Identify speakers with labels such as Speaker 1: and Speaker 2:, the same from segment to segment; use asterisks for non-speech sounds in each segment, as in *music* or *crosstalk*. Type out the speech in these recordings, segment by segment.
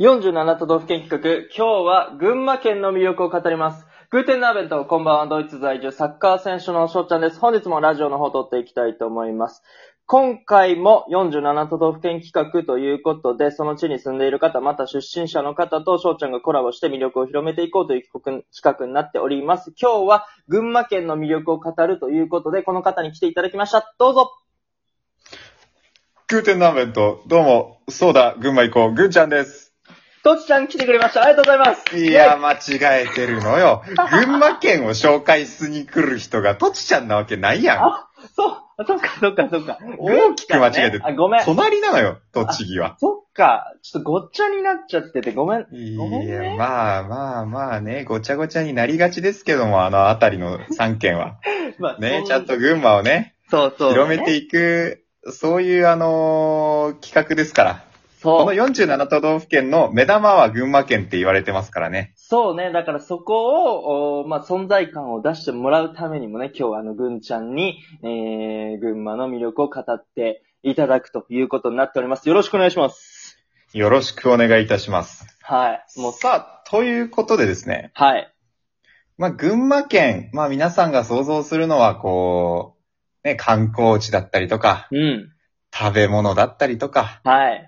Speaker 1: 47都道府県企画、今日は群馬県の魅力を語ります。グーテンナーベント、こんばんは、ドイツ在住、サッカー選手の翔ちゃんです。本日もラジオの方撮っていきたいと思います。今回も47都道府県企画ということで、その地に住んでいる方、また出身者の方と翔ちゃんがコラボして魅力を広めていこうという企画になっております。今日は群馬県の魅力を語るということで、この方に来ていただきました。どうぞ
Speaker 2: 9点何弁と、どうも、そうだ、群馬行こう、ぐんちゃんです。
Speaker 1: とちちゃん来てくれました。ありがとうございます。
Speaker 2: いや、間違えてる
Speaker 1: *laughs*
Speaker 2: のよ。群馬県を紹介しに来る人が、とちちゃんなわけないやん。
Speaker 1: あ、そう、そっか、そっか、そっか。
Speaker 2: 大きく間違えてる
Speaker 1: あ、ごめん。そ
Speaker 2: 隣なのよ、栃木は。
Speaker 1: っか、ちょっとごっちゃになっちゃってて、ごめん。
Speaker 2: い
Speaker 1: ごめんね
Speaker 2: や、まあまあまあね、ごちゃごちゃになりがちですけども、あのあたりの3県は。
Speaker 1: まあ
Speaker 2: ね、ちゃんと、群馬をね、
Speaker 1: そうそう。
Speaker 2: 広めていく、そういうあのー企画ですから。こ
Speaker 1: そ
Speaker 2: の
Speaker 1: う。
Speaker 2: 47都道府県の目玉は群馬県って言われてますからね。
Speaker 1: そうね。だからそこを、おまあ、存在感を出してもらうためにもね、今日はあの、ぐんちゃんに、えー、群馬の魅力を語っていただくということになっております。よろしくお願いします。
Speaker 2: よろしくお願いいたします。
Speaker 1: はい。も
Speaker 2: も
Speaker 1: う
Speaker 2: う、さあ、ということでですね、
Speaker 1: はい。
Speaker 2: まあ、群馬県、まあ、皆さんが想像するのは、こう、ね、観光地だったりとか、
Speaker 1: うん。
Speaker 2: 食べ物だったりとか、
Speaker 1: はい。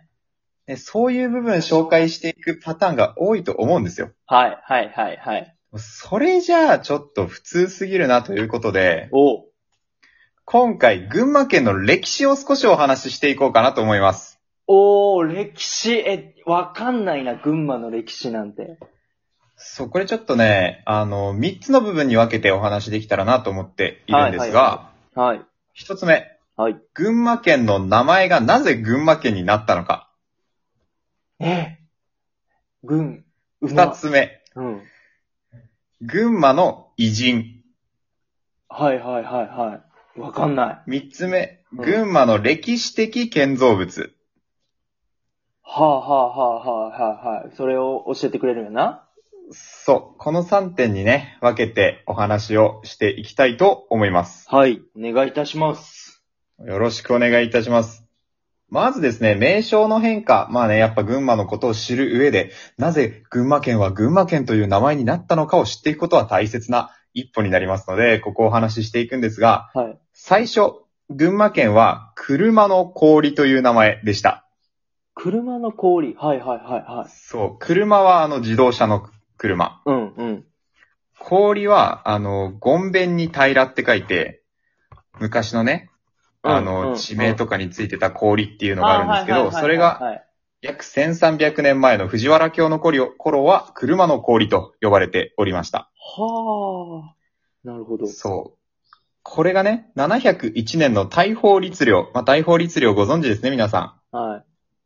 Speaker 2: ね、そういう部分紹介していくパターンが多いと思うんですよ。
Speaker 1: はい、はい、はい、はい。
Speaker 2: それじゃあ、ちょっと普通すぎるなということで、
Speaker 1: おう
Speaker 2: 今回、群馬県の歴史を少しお話ししていこうかなと思います。
Speaker 1: おー、歴史、え、わかんないな、群馬の歴史なんて。
Speaker 2: そう、これちょっとね、あの、3つの部分に分けてお話しできたらなと思っているんです
Speaker 1: はい
Speaker 2: が、
Speaker 1: はい。
Speaker 2: 1つ目、
Speaker 1: はい。
Speaker 2: 群馬県の名前がなぜ群馬県になったのか。
Speaker 1: え群、馬
Speaker 2: 二つ目、
Speaker 1: うん。
Speaker 2: 群馬の偉人。
Speaker 1: はいはいはいはい。わかんない。
Speaker 2: 三つ目、
Speaker 1: うん
Speaker 2: 群馬の歴史的建造物。
Speaker 1: はあはあはあはあはいはい。それを教えてくれるよな。
Speaker 2: そう、この三点にね、分けてお話をしていきたいと思います。
Speaker 1: はい。お願いいたします。
Speaker 2: よろしくお願いいたします。まずですね、名称の変化。まあね、やっぱ群馬のことを知る上で、なぜ群馬県は群馬県という名前になったのかを知っていくことは大切な一歩になりますので、ここをお話ししていくんですが、
Speaker 1: はい
Speaker 2: 最初、群馬県は車の氷という名前でした。
Speaker 1: 車の氷。はいはいはいはい。
Speaker 2: そう、車はあの自動車の車。
Speaker 1: うんうん。
Speaker 2: 氷は、あの、ゴンベンに平らって書いて、昔のね、あ
Speaker 1: うんうんう
Speaker 2: の、
Speaker 1: ん
Speaker 2: 地名とかについてた氷っていうのがあるんですけ
Speaker 1: はい
Speaker 2: ど、
Speaker 1: はいはいはい
Speaker 2: それが
Speaker 1: はい
Speaker 2: 約1300年前の藤原京の頃頃は車の氷と呼ばれておりました。
Speaker 1: はあ。なるほど。
Speaker 2: そう。これがね、701年の大法律令。まあ、大法律令ご存知ですね、皆さ。
Speaker 1: は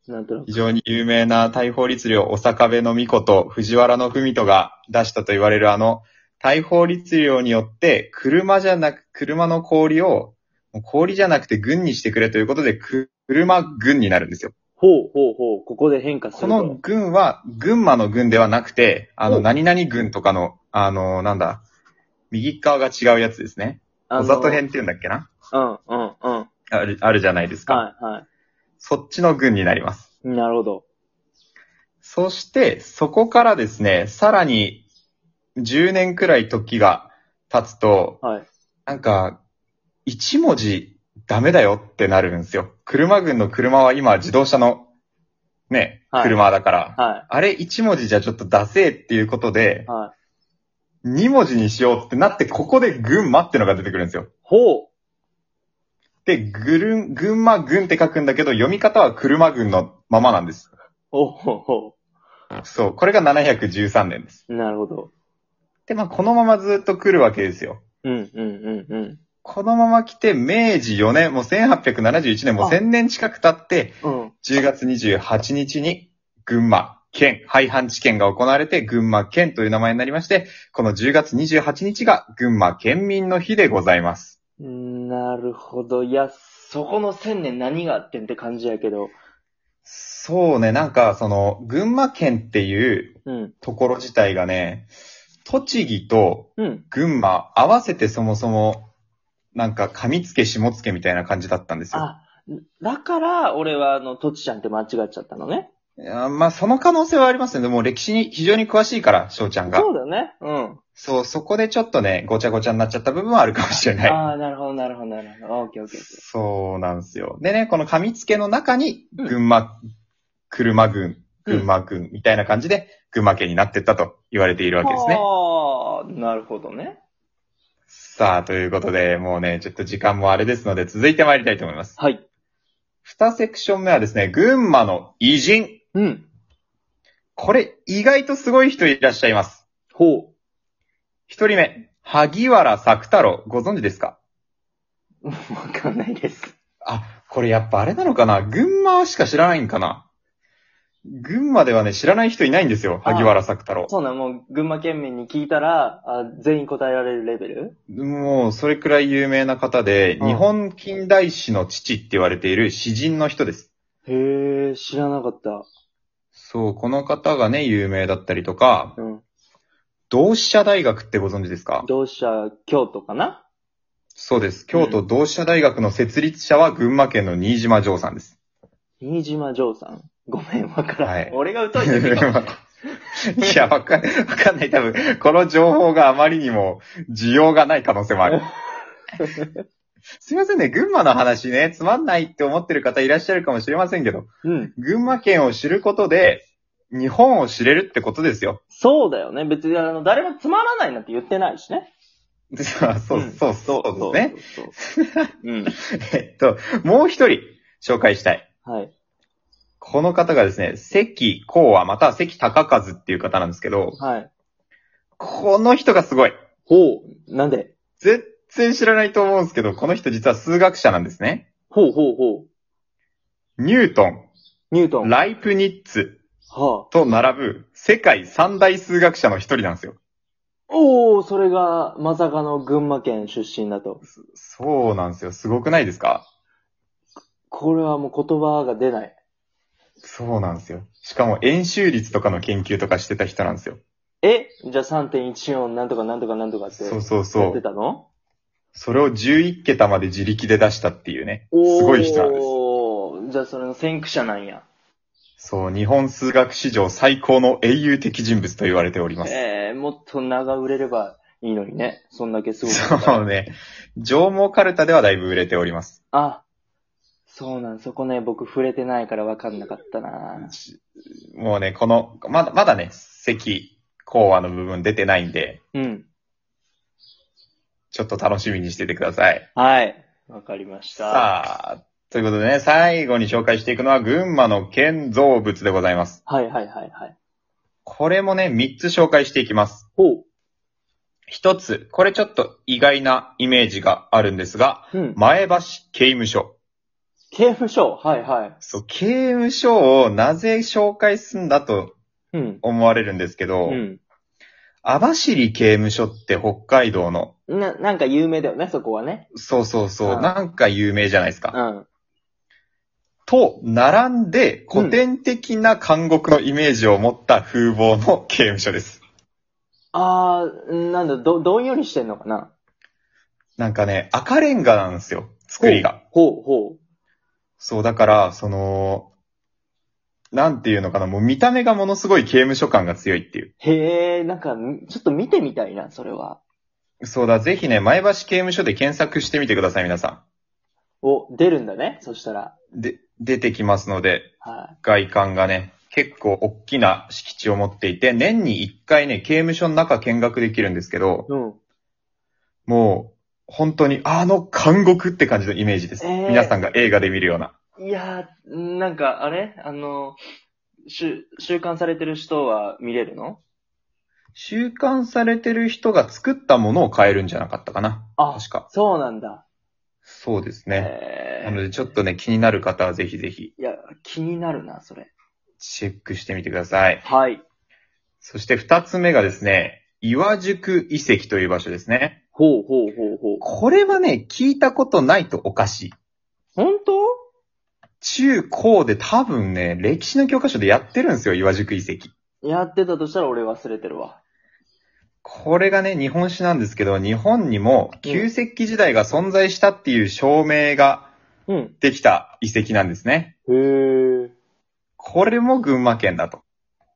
Speaker 1: い。なんとなんく。
Speaker 2: 非常に有名な大法律令、お坂部の御子と藤原の文人が出したと言われるあの、大法律令によって、車じゃなく、車の氷を、もう氷じゃなくて軍にしてくれということで、く車軍になるんですよ。
Speaker 1: ほうほうほう。ここで変化す
Speaker 2: こ
Speaker 1: ると。
Speaker 2: の軍は、群馬の軍ではなくて、あ
Speaker 1: お
Speaker 2: の、何々軍とかの、あの、なんだ、右側が違うやつですね。
Speaker 1: あ
Speaker 2: 小
Speaker 1: の
Speaker 2: 里編って言うんだっけな
Speaker 1: うんうんうん。は
Speaker 2: ある、あるじゃないです
Speaker 1: い
Speaker 2: か。
Speaker 1: は
Speaker 2: そっちの軍になります。
Speaker 1: い。なるほど。
Speaker 2: そして、そこからですね、さらに、10年くらい時が経つと、
Speaker 1: はい。
Speaker 2: なんか、1文字ダメだよってなるんですよ。車軍の車は今自動車の、ね、
Speaker 1: はい
Speaker 2: 車だから、
Speaker 1: は
Speaker 2: あれ1文字じゃちょっとダセーっていうことで
Speaker 1: い。、はい。
Speaker 2: 2文字にしようってなって、ここで群馬ってのが出てくるんですよ。
Speaker 1: ほ
Speaker 2: で、ぐるん、群馬群って書くんだけど、読み方は車群のままなんです。
Speaker 1: う。おほほ。
Speaker 2: そう、これが713年です。
Speaker 1: なるほど。
Speaker 2: で、まあ、このままずっと来るわけですよ。
Speaker 1: うんうんうんうん。
Speaker 2: このまま来て、明治4年、もう1871年、もう
Speaker 1: あ
Speaker 2: 1000年近く経って、
Speaker 1: うん。
Speaker 2: 10月28日に、群馬県、廃藩置県が行われて、群馬県という名前になりまして、この10月28日が群馬県民の日でございます。
Speaker 1: なるほど。いや、そこの千年何があってんって感じやけど。
Speaker 2: そうね、なんか、その、群馬県っていう
Speaker 1: うん。
Speaker 2: ところ自体がね、栃木と
Speaker 1: うん。
Speaker 2: 群馬合わせてそもそも、なんか、上付下付みたいな感じだったんですよ。
Speaker 1: あ、だから、俺は、あの、とちちゃんって間違っちゃったのね。
Speaker 2: いやまあ、その可能性はありますね。でも歴史に非常に詳しいから、翔ちゃんが
Speaker 1: そ。うだよね。うん。
Speaker 2: そう、そこでちょっとね、ごちゃごちゃになっちゃった部分はあるかもしれない。
Speaker 1: ああ、なるほど、なるほど、なるほど。オッケーオッケーオッケ
Speaker 2: そうなんですよ。でね、この噛みつけの中に、群馬、車軍、群馬軍みたいな感じで、群馬県になってったと言われているわ
Speaker 1: ー。
Speaker 2: けですね。
Speaker 1: ああ、なるほどね。
Speaker 2: さあ、ということで、もうね、ちょっと時間もあれですので、続いて参りたいと思います。
Speaker 1: はい。
Speaker 2: 二セクション目はですね、群馬の偉人。
Speaker 1: うん。
Speaker 2: これ、意外とすごい人いらっしゃいます。
Speaker 1: ほ
Speaker 2: 一人目、萩原作太郎、ご存知ですか
Speaker 1: う。 *laughs* わかんないです。
Speaker 2: あ、これやっぱあれなのかな群馬しか知らないんかな群馬ではね、知らない人いないんですよ、
Speaker 1: あ
Speaker 2: 萩原作太郎。
Speaker 1: そうなん、もう、群馬県民に聞いたら、あ全員答えられるレベル
Speaker 2: もう、それくらい有名な方で、
Speaker 1: うん
Speaker 2: 日本近代史の父って言われている詩人の人です。
Speaker 1: へえ、知らなかった。
Speaker 2: そう、この方がね、有名だったりとか、
Speaker 1: うん。
Speaker 2: 同志社大学ってご存知ですか
Speaker 1: 同志社、京都かな
Speaker 2: そうです。京都同志社大学の設立者は群馬県の新島城さんです。
Speaker 1: 新島城さん。ごめん、わからん。
Speaker 2: はい
Speaker 1: 俺が疎いんだけど。
Speaker 2: いや、わかんわかんない。多分、この情報があまりにも需要がない可能性もある。すいませんね、群馬の話ね、つまんないって思ってる方いらっしゃるかもしれませんけど、
Speaker 1: *laughs* うん。
Speaker 2: 群馬県を知ることで、日本を知れるってことですよ。
Speaker 1: そうだよね。別に、あの、誰もつまらないなんて言ってないしね。
Speaker 2: そう、そう、そう、そうですね。
Speaker 1: そうそうそう。うん。
Speaker 2: えっと、もう一人紹介したい。
Speaker 1: はい。
Speaker 2: この方がですね、関光和、または関高和っていう方なんですけど、
Speaker 1: はい。
Speaker 2: この人がすごい。
Speaker 1: ほう。なんで
Speaker 2: 全然知らないと思うんですけど、この人実は数学者なんですね。
Speaker 1: ほうほうほう。
Speaker 2: ニュートン、
Speaker 1: ニュートン。は
Speaker 2: ライプニッツ
Speaker 1: あ。
Speaker 2: と並ぶ世界三大数学者の一人なんですよ。
Speaker 1: おー、それが、まさかの群馬県出身だと。
Speaker 2: そうなんですよ。すごくないですか
Speaker 1: これはもう言葉が出ない。
Speaker 2: そうなんですよ。しかも円周率とかの研究とかしてた人なんですよ。
Speaker 1: えじゃあ3.14なんとかなんとかなんとかって。
Speaker 2: そうそう
Speaker 1: や
Speaker 2: そ
Speaker 1: って
Speaker 2: う。
Speaker 1: たの
Speaker 2: それを11桁まで自力で出したっていうね。す
Speaker 1: おー
Speaker 2: ごい人なんです。
Speaker 1: じゃあそれの先駆者なんや。
Speaker 2: そう、日本数学史上最高の英雄的人物と言われております。
Speaker 1: ええもっと名が売れればいいのにね。そんだけすごい。
Speaker 2: そうね。上毛カルタではだいぶ売れております。
Speaker 1: あ、そうなん、そこね、僕触れてないから分かんなかったな。
Speaker 2: もうね、この、まだ、まだね、席、講話の部分出てないんで、
Speaker 1: うん。
Speaker 2: ちょっと楽しみにしててください。
Speaker 1: はい。わかりました。
Speaker 2: さあ、ということでね、最後に紹介していくのは、群馬の建造物でございます。
Speaker 1: はいはいはいはい。
Speaker 2: これもね、3つ紹介していきます。
Speaker 1: ほう。
Speaker 2: 1つ、これちょっと意外なイメージがあるんですが、
Speaker 1: うん。
Speaker 2: 前橋刑務所。
Speaker 1: 刑務所はいはい。
Speaker 2: そう、刑務所をなぜ紹介すんだと
Speaker 1: うん。
Speaker 2: 思われるんですけど、
Speaker 1: うん。
Speaker 2: 網走刑務所って北海道の、
Speaker 1: な、なんか有名だよね、そこはね。
Speaker 2: そうそうそう、
Speaker 1: うん
Speaker 2: なんか有名じゃないですか
Speaker 1: う。ん。
Speaker 2: と、並んで、古典的な監獄のイメージを持った風貌の刑務所です。
Speaker 1: あー、なんだ、ど、どんよりしてんのかな
Speaker 2: なんかね、赤レンガなんですよ、作りが。
Speaker 1: ほうほ
Speaker 2: そう、だから、その、なんていうのかな、もう見た目がものすごい刑務所感が強いっていう
Speaker 1: う。。へえ、なんか、ちょっと見てみたいな、それは。
Speaker 2: そうだ、ぜひね、前橋刑務所で検索してみてください、皆さ
Speaker 1: お、出るんだね、そしたら。
Speaker 2: ん。で、出てきますので、
Speaker 1: は
Speaker 2: 外観がね、結構大きな敷地を持っていて、年に1回ね、刑務所の中見学できるんですけど、
Speaker 1: い。うん。
Speaker 2: もう、本当にあの監獄って感じのイメージです。
Speaker 1: えー
Speaker 2: 皆さんが映画で見るような。
Speaker 1: いやー、なんか、あれあの、収、収監されてる人は見れるの
Speaker 2: 収監されてる人が作ったものを変えるんじゃなかったかな。
Speaker 1: あ
Speaker 2: 確か。
Speaker 1: そうなんだ。
Speaker 2: そうですね。
Speaker 1: え
Speaker 2: なの
Speaker 1: ー、
Speaker 2: で、ちょっとね、気になる方はぜひぜひ、
Speaker 1: いや、気になるな、それ。
Speaker 2: チェックしてみてください。
Speaker 1: はい。
Speaker 2: そして二つ目がですね、岩宿遺跡という場所ですね。
Speaker 1: ほうほうほうほう。
Speaker 2: これはね、聞いたことないとおかしい。
Speaker 1: 本当
Speaker 2: 中高で多分ね、歴史の教科書でやってるんですよ、岩宿遺跡。
Speaker 1: やってたとしたら俺忘れてるわ。
Speaker 2: これがね、日本史なんですけど、日本にも旧石器時代が存在したっていう証明が
Speaker 1: うん。
Speaker 2: できた遺跡なんですね。
Speaker 1: へえ。
Speaker 2: これも群馬県だと。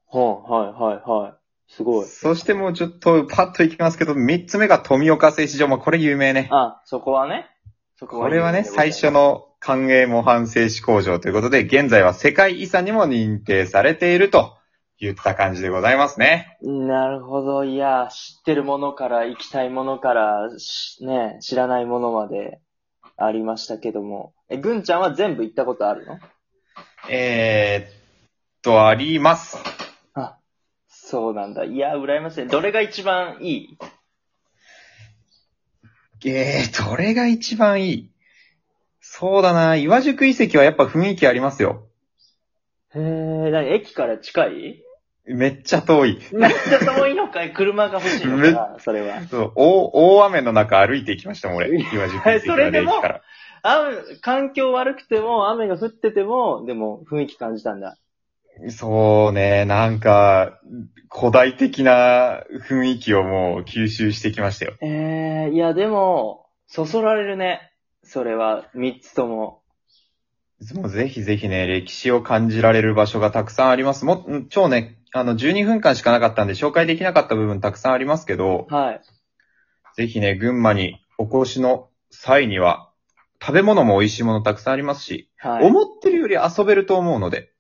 Speaker 1: ほう、はい、はい、はい。すごい。
Speaker 2: そしてもうちょっとパッといきますけど、三つ目が富岡製糸場。もこれ有名ね。
Speaker 1: あ、そこはね。そこ
Speaker 2: これはね、最初。の官営模範製紙工場ということで、現在は世界遺産にも認定されていると言った感じでございますね。
Speaker 1: なるほど。いや、知ってるものから、行きたいものから、しね、知らないものまでありましたけども。え、ぐんちゃんは全部行ったことあるの
Speaker 2: えー、っと、あります。
Speaker 1: あ、そうなんだ。いや、羨ましい。どれが一番いい
Speaker 2: えー、どれが一番いいそうだな、岩宿遺跡はやっぱ雰囲気ありますよ。
Speaker 1: へえ、なに、駅から近 *laughs* い
Speaker 2: めっちゃ遠い。
Speaker 1: めっちゃ遠いのかい車が欲しいのかなそれは。
Speaker 2: そう大大雨の中歩いていきましたもん、俺。岩宿遺跡
Speaker 1: そ
Speaker 2: ま
Speaker 1: れで
Speaker 2: で
Speaker 1: も
Speaker 2: 駅から。
Speaker 1: あ、環境悪くても、雨が降ってても、でも雰囲気感じたんだ。
Speaker 2: そうね、なんか、古代的な雰囲気をもう吸収してきましたよ。
Speaker 1: ええいやでも、そそられるね。それは、三つとも。
Speaker 2: もうぜひぜひね、歴史を感じられる場所がたくさんあります。も、うん超ね、あの、12分間しかなかったんで紹介できなかった部分たくさんありますけど、
Speaker 1: はい。
Speaker 2: ぜひね、群馬にお越しの際には、食べ物も美味しいものたくさんありますし、
Speaker 1: はい。
Speaker 2: 思ってるより遊べると思うので、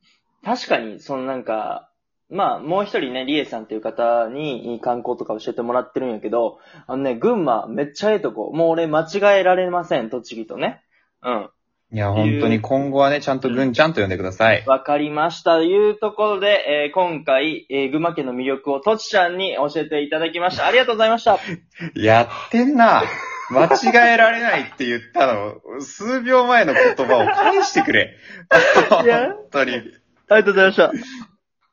Speaker 1: 確かに、そのなんか、まあ、もう一人ね、リエさんっていう方に観光とか教えてもらってるんやけど、あのね、群馬めっちゃええとこ。もう俺間違えられません、栃木とね。うん。
Speaker 2: いや、本当に今後はね、ちゃんとぐんちゃんと呼んでください。
Speaker 1: わかりました。というところで、えー今回、えー群馬県の魅力をとちちゃんに教えていただきました。ありがとうございました。
Speaker 2: やってんな。間違えられないって言ったの、数秒前の言葉を返してくれ。
Speaker 1: いや
Speaker 2: 本当に。
Speaker 1: ありがとうございました。